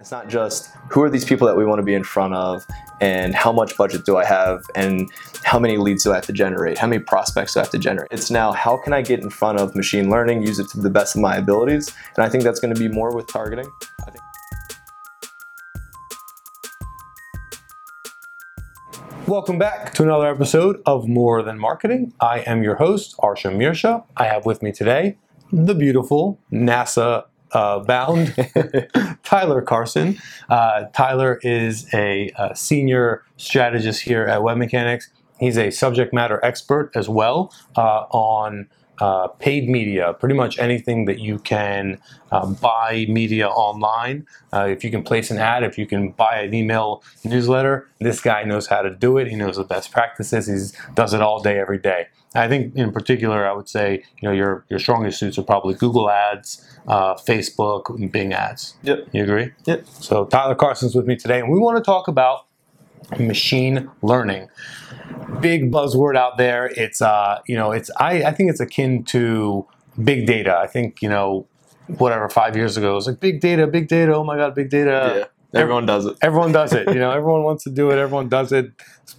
It's not just who are these people that we want to be in front of and how much budget do I have and how many leads do I have to generate? How many prospects do I have to generate? It's now how can I get in front of machine learning, use it to the best of my abilities? And I think that's going to be more with targeting. I think Welcome back to another episode of More Than Marketing. I am your host, Arsha Mirsha. I have with me today the beautiful NASA uh, bound Tyler Carson. Uh, Tyler is a, uh senior strategist here at Web Mechanics. He's a subject matter expert as well uh, on uh, paid media, pretty much anything that you can uh, buy media online. Uh, if you can place an ad, if you can buy an email newsletter, this guy knows how to do it. He knows the best practices. He does it all day, every day. I think, in particular, I would say you know your your strongest suits are probably Google Ads, uh, Facebook, and Bing Ads. Yep. You agree? Yep. So Tyler Carson's with me today, and we want to talk about machine learning. Big buzzword out there. It's uh, you know, it's I, I think it's akin to big data. I think, you know, whatever, five years ago, it was like big data, big data, oh my god, big data yeah, everyone does it. everyone does it. You know, everyone wants to do it. Everyone does it.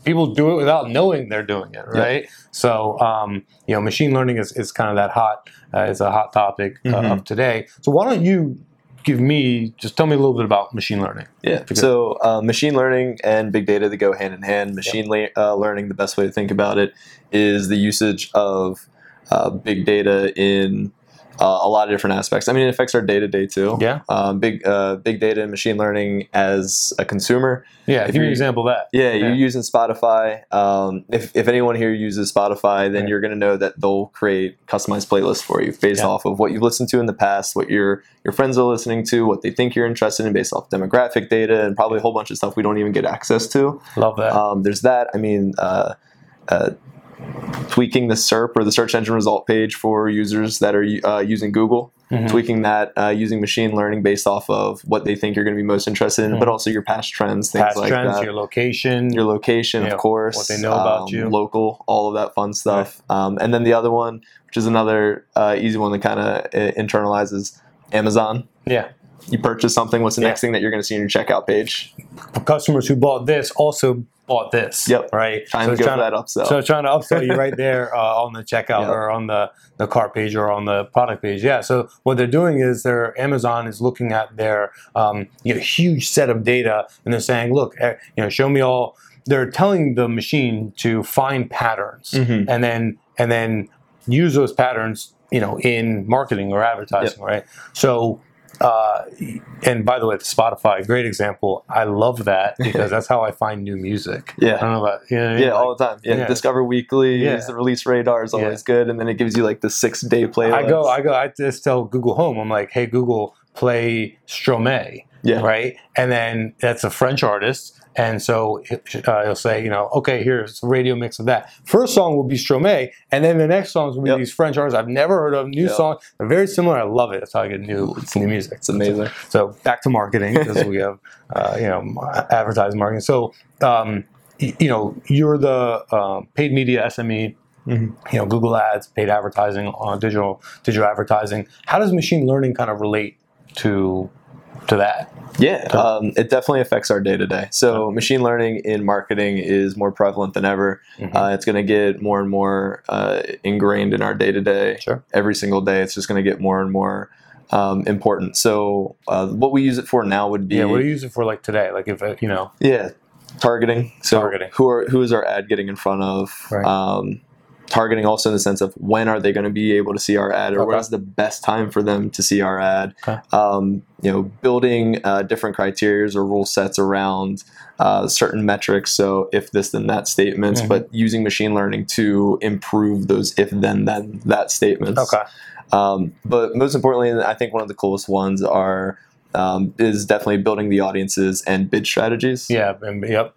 People do it without knowing they're doing it, Yeah. right? So, um, you know, machine learning is, is kind of that hot. Uh, it's a hot topic uh, Mhm. of today. So, why don't you give me just tell me a little bit about machine learning? Yeah. Because- So uh, machine learning and big data they go hand in hand. Machine le- uh, learning, the best way to think about it, is the usage of uh, big data in uh, a lot of different aspects. I mean, it affects our day to day too. Yeah, Um, big uh, big data and machine learning as a consumer. yeah. If Give me you- an example of that. Yeah, you're Yeah. using Spotify. Um, if, if anyone here uses Spotify, then Right. you're going to know that they'll create customized playlists for you based Yeah. off of what you've listened to in the past, what your your friends are listening to, what they think you're interested in based off demographic data, and probably a whole bunch of stuff we don't even get access to. Love that. Um, there's that. I mean, uh, uh, tweaking the SERP or the search engine result page for users that are uh, using Google Mhm. tweaking that uh, using machine learning based off of what they think you're going to be most interested in, but Mhm. also your past trends, things Past like trends, that. your location. Your location, Yeah, of course, um, what they know about you. local, all of that fun stuff. Um, and then the other one, which is another uh, easy one that kind of internalizes Amazon. yeah. You purchase something, what's the Yeah. next thing that you're going to see in your checkout page? Customers who bought this also bought this. Yep. Right. Trying So to go trying for that upsell. So trying to upsell you right there uh, on the checkout Yeah. or on the, the cart page or on the product page. Yeah. So what they're doing is their Amazon is looking at their um, you know, huge set of data and they're saying, look, eh, you know, show me all. They're telling the machine to find patterns Mhm. and then and then use those patterns, you know, in marketing or advertising, right? So. Uh, and by the way, Spotify, great example. I love that because that's how I find new music. I Yeah. don't know about you know what I mean? Yeah, Like, all the time. Yeah, Oh, yeah. Discover Weekly, Yeah. is the release radar is Yeah. always good, and then it gives you like the six day playlist. I go, I go, I just tell Google Home, I'm like, hey, Google, play Stromae, yeah, right? And then that's a French artist. And so it, uh, it'll say, you know, okay, here's a radio mix of that. First song will be Stromae, and then the next songs will be Yep. these French artists I've never heard of. New Yep. song, they're very similar. I love it. That's how I get new, new music. it's amazing. So back to marketing because we have, uh, you know, advertising marketing. So, um, y- you know, you're the um paid media SME. Mhm. You know, Google Ads, paid advertising on digital digital advertising. How does machine learning kind of relate to to that? Yeah, So- um, it definitely affects our day to day. So, machine learning in marketing is more prevalent than ever. Mm-hmm. Uh, it's going to get more and more uh, ingrained in our day to day. Sure. Every single day, it's just going to get more and more um, important. So, uh, what we use it for now would be yeah, what do you use it for? Like today, like if uh, you know, yeah, targeting. So, Targeting. who are who is our ad getting in front of? Right. Um, targeting also in the sense of when are they going to be able to see our ad, or Okay. what is the best time for them to see our ad? Okay. Um, you know, building uh, different criteria or rule sets around uh, certain metrics. So if this then that statements, Mhm. but using machine learning to improve those if then then that statements. okay, Um, but most importantly, and I think one of the coolest ones are um, is definitely building the audiences and bid strategies. yeah, and, yep.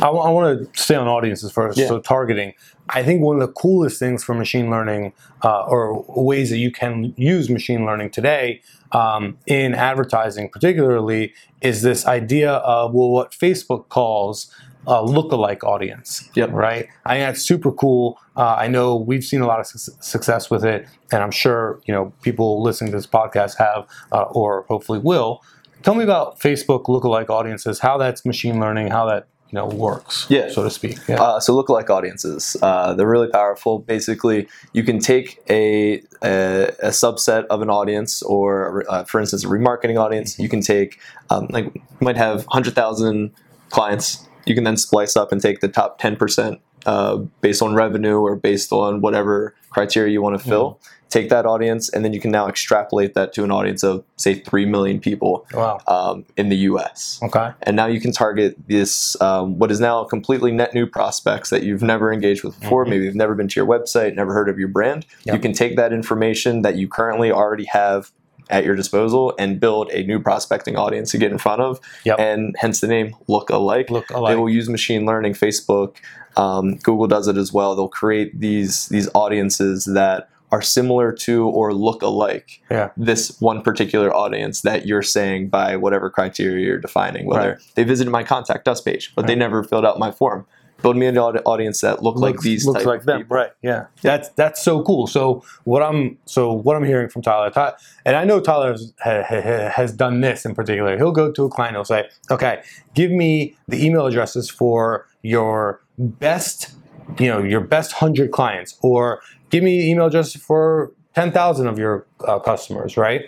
I want to stay on audiences first. Yeah. So targeting, I think one of the coolest things for machine learning, uh, or ways that you can use machine learning today um, in advertising, particularly, is this idea of well, what Facebook calls a lookalike audience. Yep. Right. I think that's super cool. Uh, I know we've seen a lot of suc success with it, and I'm sure you know people listening to this podcast have, uh, or hopefully will. Tell me about Facebook lookalike audiences, how that's machine learning, how that you know works, Yeah. so to speak. Yeah. Uh, so lookalike audiences, uh, they're really powerful. Basically, you can take a, a, a subset of an audience, or uh, for instance, a remarketing audience. You can take um, like you might have hundred thousand clients. You can then splice up and take the top ten percent uh, based on revenue or based on whatever criteria you want to fill. Take that audience, and then you can now extrapolate that to an audience of say three million people wow. um, in the U.S Okay. and now you can target this um, what is now completely net new prospects that you've never engaged with before Mhm. maybe you've never been to your website never heard of your brand Yep. you can take that information that you currently already have at your disposal and build a new prospecting audience to get in front of Yep. and hence the name look alike Look they alike. will use machine learning facebook um, google does it as well they'll create these these audiences that are similar to or look alike Yeah. this one particular audience that you're saying by whatever criteria you're defining whether Right. they visited my contact us page but they Right. never filled out my form build me an aud- audience that look like Looks- these looks type like of them people. right yeah that's that's so cool so what i'm so what i'm hearing from tyler Ty- and i know tyler has, ha- ha- has done this in particular he'll go to a client he'll say okay give me the email addresses for your best you know your best 100 clients or give me email addresses for 10,000 of your uh, customers right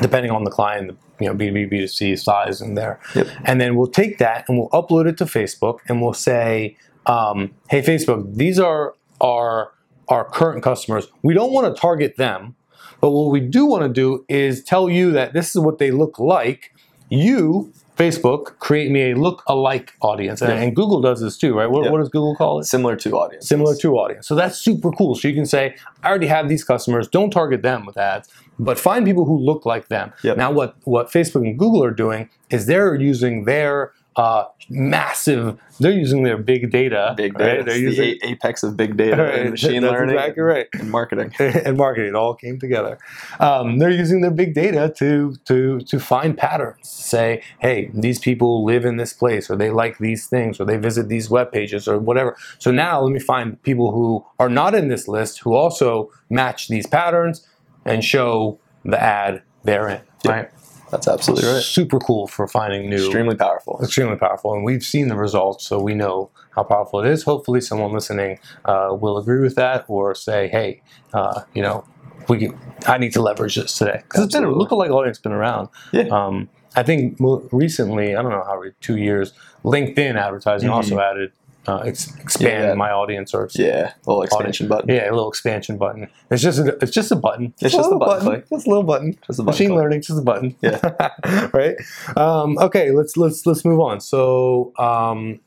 depending on the client, you know, B2B, B2C size in there. Yep. And then we'll take that and we'll upload it to Facebook and we'll say, um, hey, Facebook, these are our, our current customers. We don't want to target them, but what we do want to do is tell you that this is what they look like. You, Facebook, create me a look-alike audience. And, Yeah. and Google does this too, right? What, Yeah. what does Google call it? similar to audience similar to audience. So that's super cool. So you can say, I already have these customers. Don't target them with ads, but find people who look like them. Yep. Now, what what Facebook and Google are doing is they're using their uh, massive. They're using their big data. big right? data They're It's the using. a- apex of big data and machine That's learning Exactly right and marketing and marketing it all came together. Um, they're using their big data to to to find patterns. Say, hey, these people live in this place, or they like these things, or they visit these web pages, or whatever. So now let me find people who are not in this list who also match these patterns and show the ad they're in. Right? that's absolutely right Super cool for finding new extremely powerful extremely powerful and we've seen the results so we know how powerful it is hopefully someone listening uh, will agree with that or say hey uh, you know we can, i need to leverage this today because it's been a Absolutely. lookalike audience been around Yeah. um, i think mo- recently i don't know how re- two years linkedin advertising Mhm. also added uh, ex- expand Yeah. my audience or yeah little expansion button yeah, a little expansion button. It's just a, it's just a button. It's just a little button click. Just a little button. Just a button Machine click. learning, just a button. Yeah. right. Um, okay. Let's let's let's move on. So um,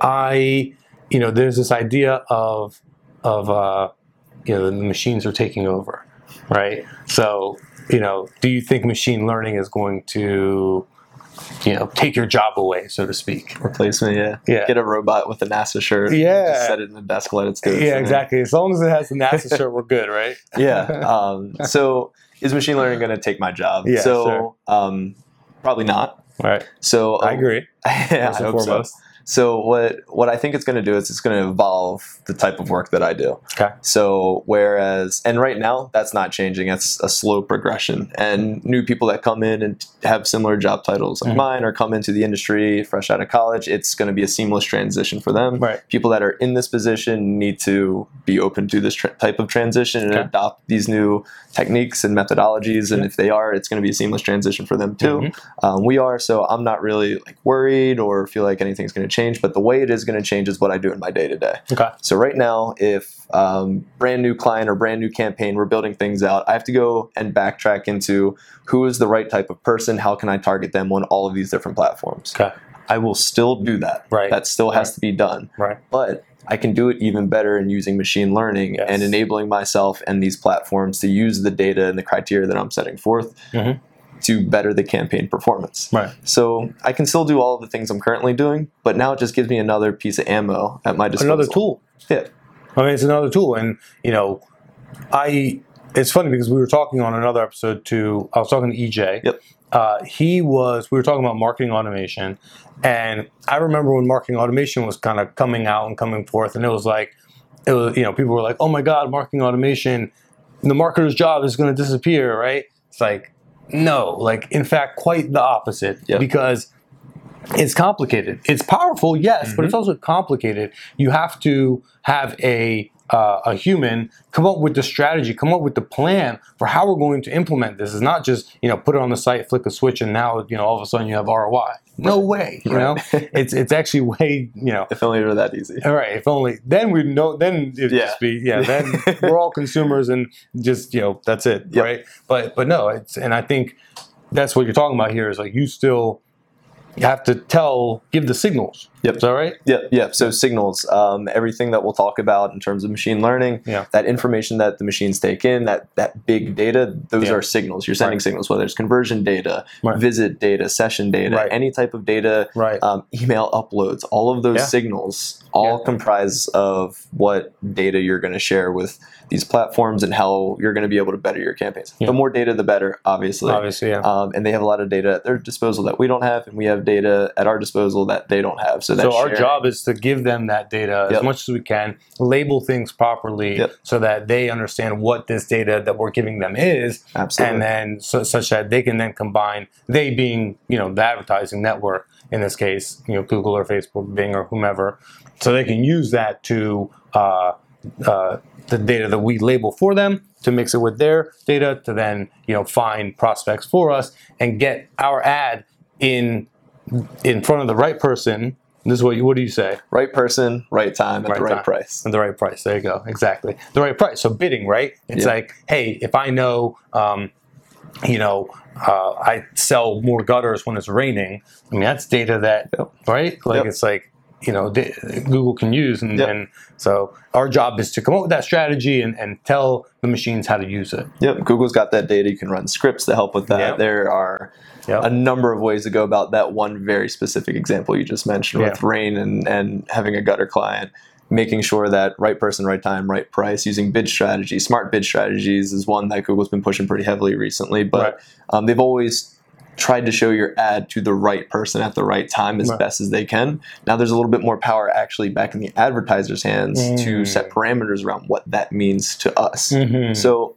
I, you know, there's this idea of of uh, you know the machines are taking over, right? So you know, do you think machine learning is going to you know take your job away, so to speak? replacement yeah Yeah. get a robot with a nasa shirt and Yeah. just set it in a desk let it do it Yeah, for me. exactly. As long as it has the NASA shirt, we're good, right? yeah. Um, so is machine learning going to take my job? Yeah, so sure. um, probably not. All right. So um, I agree. yeah, First I and hope so. foremost. So what what I think it's going to do is it's going to evolve the type of work that I do. Okay. So whereas and right now that's not changing. It's a slow progression. And new people that come in and have similar job titles like Mhm. mine or come into the industry fresh out of college, it's going to be a seamless transition for them Right. people that are in this position need to be open to this tra- type of transition and Okay. adopt these new techniques and methodologies. And Yeah. if they are, it's going to be a seamless transition for them too. Mhm. Um, we are, so I'm not really like worried or feel like anything's going to change. But the way it is going to change is what I do in my day to day. Okay. So right now, if um, brand new client or brand new campaign, we're building things out. I have to go and backtrack into who is the right type of person. How can I target them on all of these different platforms? Okay. I will still do that. Right. That still has Right. to be done Right. but I can do it even better in using machine learning Yes. and enabling myself and these platforms to use the data and the criteria that I'm setting forth Mhm. to better the campaign performance. Right. So I can still do all of the things I'm currently doing, but now it just gives me another piece of ammo at my disposal. Another tool. Yeah. I mean, it's another tool, and you know, I. It's funny because we were talking on another episode to. I was talking to EJ. Yep. Uh, he was. We were talking about marketing automation, and I remember when marketing automation was kind of coming out and coming forth, and it was like, it was you know, people were like, "Oh my God, marketing automation! The marketer's job is going to disappear." Right? It's like, No, like in fact, quite the opposite Yep. because it's complicated. It's powerful, yes, but it's also complicated. You have to have a uh, a human come up with the strategy, come up with the plan for how we're going to implement this. It's not just you know put it on the site, flick a switch, and now you know all of a sudden you have ROI. No way, you know. it's it's actually way you know If only it were that easy. all right, if only then we'd know. Then it'd Yeah. just be yeah. Then we're all consumers and just you know that's it, Yep. right? But but no, it's and I think that's what you're talking about here is like you still have to tell, give the signals. Yep. Is that right? Yep, yep. So signals, um, everything that we'll talk about in terms of machine learning, Yeah. that information that the machines take in, that that big data, those Yeah. are signals. You're sending Right. signals, whether it's conversion data, Right. visit data, session data, Right. any type of data, Right. um, email uploads. All of those Yeah. signals all Yeah. comprise of what data you're going to share with these platforms and how you're going to be able to better your campaigns. Yeah. The more data, the better, obviously. Obviously, yeah. Um, and they have a lot of data at their disposal that we don't have, and we have data at our disposal that they don't have. So, that so our sharing- job is to give them that data as Yep. much as we can, label things properly Yep. so that they understand what this data that we're giving them is, Absolutely. and then so, such that they can then combine they being you know the advertising network in this case you know google or facebook bing or whomever so they can use that to uh, uh, the data that we label for them to mix it with their data to then you know find prospects for us and get our ad in in front of the right person this is what you what do you say right person, right time, at Right the right time. price. at the right price. There you go. Exactly. The right price. So bidding, right? It's Yeah. like, hey, if I know, um, you know, uh, I sell more gutters when it's raining. I mean, that's data that, Yep. right? Like Yep. it's like, you know, da- Google can use. And, Yep. and so our job is to come up with that strategy and, and tell the machines how to use it. Yep, Google's got that data. You can run scripts to help with that. Yep. There are Yep. a number of ways to go about that one very specific example you just mentioned with Yeah. rain and, and having a gutter client. Making sure that right person, right time, right price using bid strategy, smart bid strategies is one that Google's been pushing pretty heavily recently. But Right. um, they've always tried to show your ad to the right person at the right time as Right. best as they can. Now there's a little bit more power actually back in the advertiser's hands to Mm. set parameters around what that means to us. Mhm. So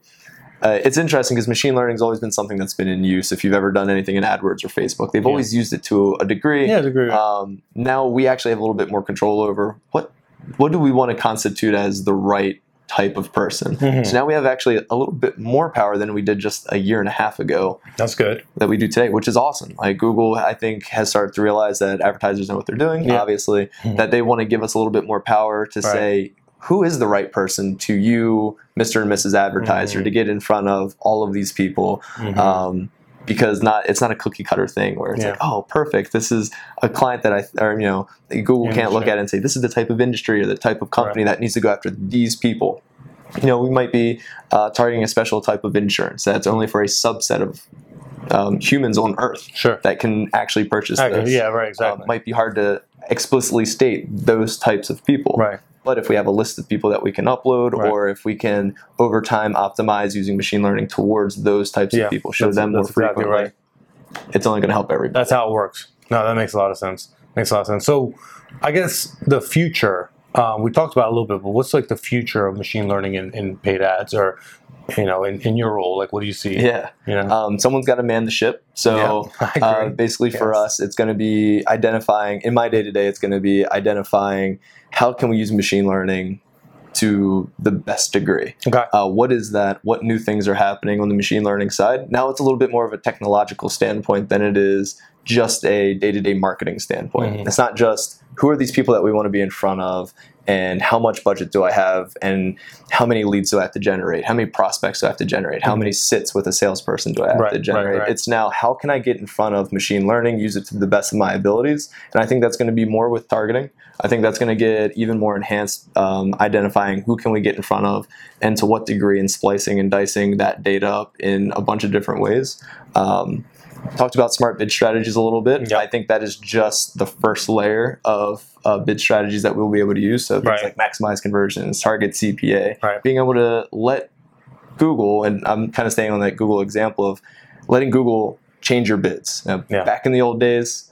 uh, it's interesting because machine learning's always been something that's been in use. If you've ever done anything in AdWords or Facebook, they've Yeah. always used it to a degree. yeah, I agree. Um, now we actually have a little bit more control over what what do we want to constitute as the right type of person. Mhm. So now we have actually a little bit more power than we did just a year and a half ago That's good. that we do today, which is awesome. Like Google, I think, has started to realize that advertisers know what they're doing, Yeah. obviously, Mhm. that they want to give us a little bit more power to Right. say, who is the right person to you, Mr. and Mrs. Advertiser, Mhm. to get in front of all of these people? Mhm. Um, because not it's not a cookie cutter thing where it's Yeah. like, oh, perfect. This is a client that I or you know that Google can't look Industry. at it and say this is the type of industry or the type of company that needs to go after these people. You know, we might be uh, targeting a special type of insurance that's only for a subset of um, humans on Earth sure. that can actually purchase Okay. this. Yeah, right, Um, exactly. might be hard to explicitly state those types of people. right. But if we have a list of people that we can upload, Right. or if we can over time optimize using machine learning towards those types Yeah, of people, show that's- them more that's exactly frequently, right. it's only going to help everybody. That's how it works. No, that makes a lot of sense. Makes a lot of sense. So, I guess the future um, we talked about it a little bit, but what's like the future of machine learning in, in paid ads, or you know, in, in your role? Like, what do you see? Yeah, You know? um, someone's got to man the ship. So Yeah, I uh, agree. basically, for Yes. us, it's going to be identifying. In my day to day, it's going to be identifying how can we use machine learning to the best degree. okay. uh, what is that what new things are happening on the machine learning side now it's a little bit more of a technological standpoint than it is just a day-to-day marketing standpoint Mhm. it's not just who are these people that we want to be in front of and how much budget do i have and how many leads do i have to generate how many prospects do i have to generate how Mhm. many sits with a salesperson do i have Right, to right, generate right. it's now how can i get in front of machine learning use it to the best of my abilities and i think that's going to be more with targeting I think that's going to get even more enhanced um, identifying who can we get in front of and to what degree and splicing and dicing that data up in a bunch of different ways. Um, talked about smart bid strategies a little bit. Yeah. I think that is just the first layer of uh, bid strategies that we'll be able to use. So things like Right. maximize conversions, target CPA, Right. being able to let Google, and I'm kind of staying on that Google example of letting Google change your bids. Now, Yeah. Back in the old days,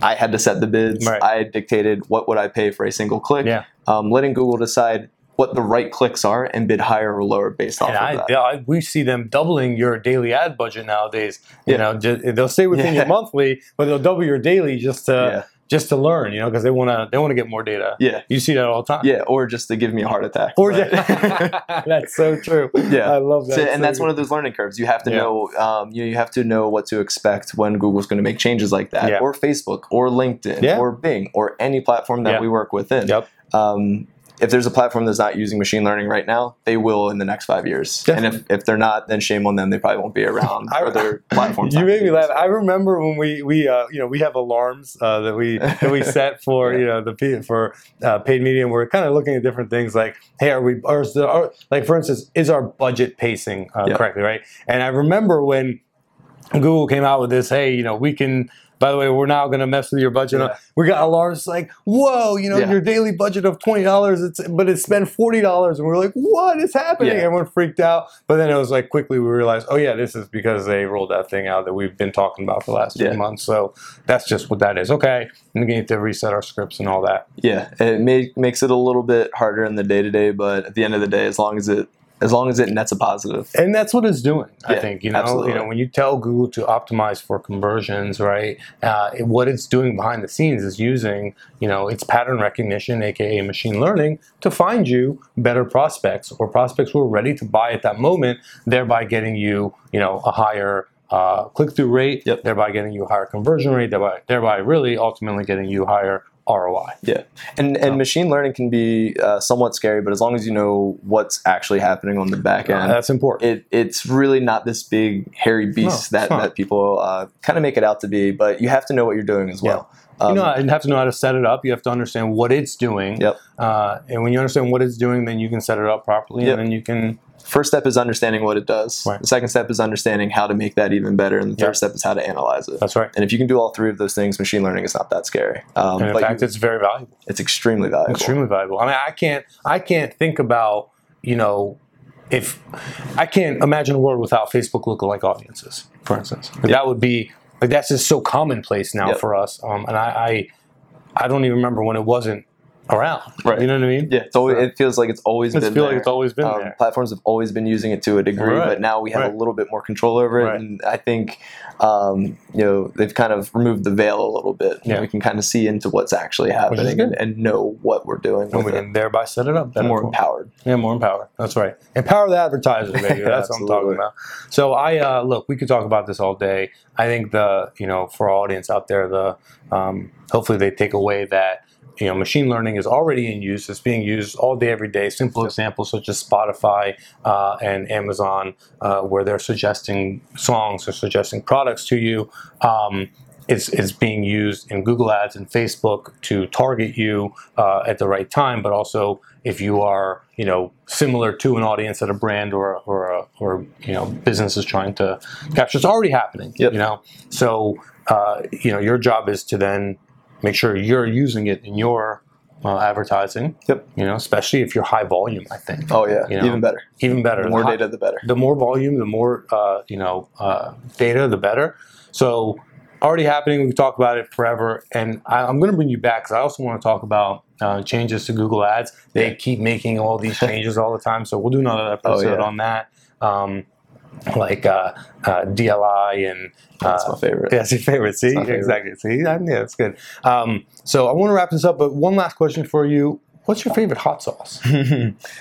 I had to set the bids. Right. I dictated what would I pay for a single click. Yeah. Um, letting Google decide what the right clicks are and bid higher or lower based off And of I, that. yeah, I, we see them doubling your daily ad budget nowadays. You Yeah. know, ju- they'll stay within Yeah. your monthly, but they'll double your daily just to yeah. just to learn. You know, because they want to they want to get more data. Yeah. You see that all the time. Yeah, or just to give me a heart attack. Or But- that's so true. Yeah. I love that. So- and that's one of those learning curves. You have to Yeah. know, um, you know, you have to know what to expect when Google's going to make changes like that, Yeah. or Facebook, or LinkedIn, Yeah. or Bing, or any platform that Yeah. we work within. Yep. Um, if there's a platform that's not using machine learning right now, they will in the next five years. And if, if they're not, then shame on them. They probably won't be around. I- other platforms. You not made me using laugh. it. I remember when we we uh, you know we have alarms uh, that we that we set for you know the pe- for uh, paid media, and we're kind of looking at different things like, hey, are we are, is the- are like for instance, is our budget pacing uh, Yeah. correctly, right? And I remember when Google came out with this, hey, you know, we can. By the way, we're now going to mess with your budget. Yeah. We got alarms like, whoa, you know, Yeah. your daily budget of twenty dollars, it's but it's spent forty dollars, and we we're like, what is happening? Yeah. Everyone freaked out. But then it was like quickly we realized, oh yeah, this is because they rolled that thing out that we've been talking about for the last Yeah. few months. So that's just what that is. Okay, and we need to reset our scripts and all that. Yeah, it may, makes it a little bit harder in the day to day, but at the end of the day, as long as it as long as it nets a positive. And that's what it's doing. I Yeah, think you know, absolutely. you know, when you tell Google to optimize for conversions, right? Uh, it- what it's doing behind the scenes is using you know its pattern recognition, aka machine learning, to find you better prospects or prospects who are ready to buy at that moment, thereby getting you you know a higher. Uh, click-through rate, Yep. thereby getting you a higher conversion rate, thereby, thereby really ultimately getting you higher ROI. Yeah, and and machine learning can be uh, somewhat scary, but as long as you know what's actually happening on the back Uh, end, that's important. it it's really not this big hairy beast No, it's that not. that people uh, kind of make it out to be. But you have to know what you're doing as well. Um, you know, and have to know how to set it up. You have to understand what it's doing. Yep. Uh, and when you understand what it's doing, then you can set it up properly, Yep. and then you can. first step is understanding what it does. Right. The second step is understanding how to make that even better, and the third Yeah. step is how to analyze it. That's right. And if you can do all three of those things, machine learning is not that scary. Um, And in but fact, you- it's very valuable. it's extremely valuable. Extremely valuable. I mean, I can't. I can't think about you know. If I can't imagine a world without Facebook lookalike audiences, for instance, Like, that would be like that's just so commonplace now Yep. for us. Um, and I, I, I don't even remember when it wasn't around. Right. You know what I mean? Yeah, it's always, it feels like it's always It's been feel there. like it's always been um, there. Platforms have always been using it to a degree, Right, but now we have right. a little bit more control over it. Right. And I think, um, you know, they've kind of removed the veil a little bit. Yeah. We can kind of see into what's actually is happening and, good. and know what we're doing. And we with it. can thereby set it up better. more for 'em. empowered. Yeah, more empower. That's right. Empower the advertisers, baby. That's what I'm talking Absolutely. about. So I uh, look, we could talk about this all day. I think the you know for our audience out there, the um, hopefully they take away that you know machine learning is already in use. It's being used all day, every day. Simple examples such as Spotify uh, and Amazon, uh, where they're suggesting songs or suggesting products to you. Um, it's, it's being used in Google Ads and Facebook to target you uh, at the right time, but also if you are you know similar to an audience that a brand or or a, or you know business is trying to capture. It's already happening. Yep. You know, so uh, you know your job is to then make sure you're using it in your uh, advertising. Yep. You know, especially if you're high volume. I think Oh yeah, You know, even better. even better. The more Hi- data, the better. the more volume, the more uh, you know uh, data, the better. So already happening. We can talk about it forever, and I, I'm going to bring you back because I also want to talk about uh, changes to Google Ads. They keep making all these changes all the time, so we'll do another Oh, episode yeah. on that. Um, like uh, uh, DLI and uh, That's my favorite. yeah, it's your favorite. See, my favorite. exactly. See, I- yeah, that's good. Um, so I want to wrap this up, but one last question for you: What's your favorite hot sauce?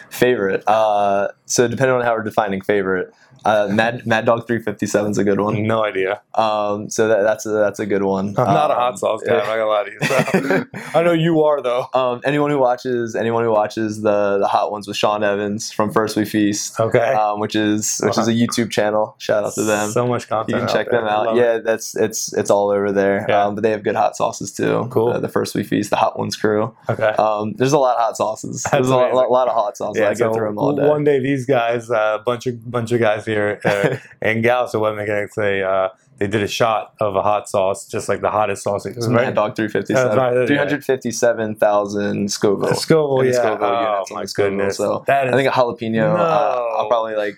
favorite. Uh, so depending on how we're defining favorite, uh, Mad Mad Dog 357 is a good one. No idea. Um, so that, that's a, that's a good one. Mm-hmm. I'm not a hot Um, sauce guy. I'm not gonna lie to you. So. I know you are though. Um, anyone who watches anyone who watches the the hot ones with Sean Evans from First We Feast, Okay. um, which is which is a YouTube channel. Shout out to them. So much you content. can check there. them I out. love it. Yeah, that's it's it's all over there. Yeah. Um, but they have good hot sauces too. Cool. Uh, the First We Feast, the Hot Ones crew. Okay. Um, there's a lot of hot sauces. That's there's a lot, amazing. lot, lot of hot sauces. I go through them all day. One day, these guys, a bunch of bunch of guys here uh, and gals at Web Mechanics, they uh, they did a shot of a hot sauce, just like the hottest sauce. It was It's Mad right. Dog 357. That's right, yeah. 357,000 Scoville. Scoville, And yeah. Scoville oh units on my Scoville, goodness. So that is I think a jalapeno, uh, No. I'll probably like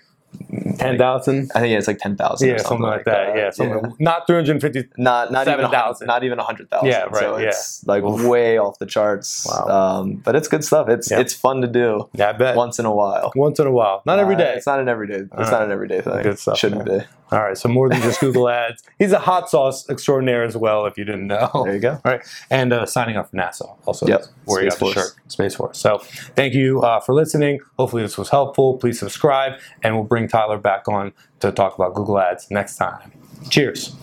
ten thousand. I think yeah, it's like ten thousand. Yeah, or something, like that. Yeah, something not three hundred fifty. Not not even a hun- 7,000. not even a hundred thousand. Yeah, right, So yeah. it's like way off the charts. Wow. Um, but it's good stuff. It's Yeah. it's fun to do Yeah, I bet once, once in a while. in a while, not every Uh, day. It's not an everyday. It's Alright. not an everyday thing. Good stuff, Shouldn't man. be. All right, so more than just Google Ads. He's a hot sauce extraordinaire as well, if you didn't know. There you go. All right, and uh, signing up for NASA also. Yep. where you got Space the Force. shirt, Space Force. So thank you uh, for listening. Hopefully this was helpful. Please subscribe, and we'll bring Tyler back on to talk about Google Ads next time. Cheers.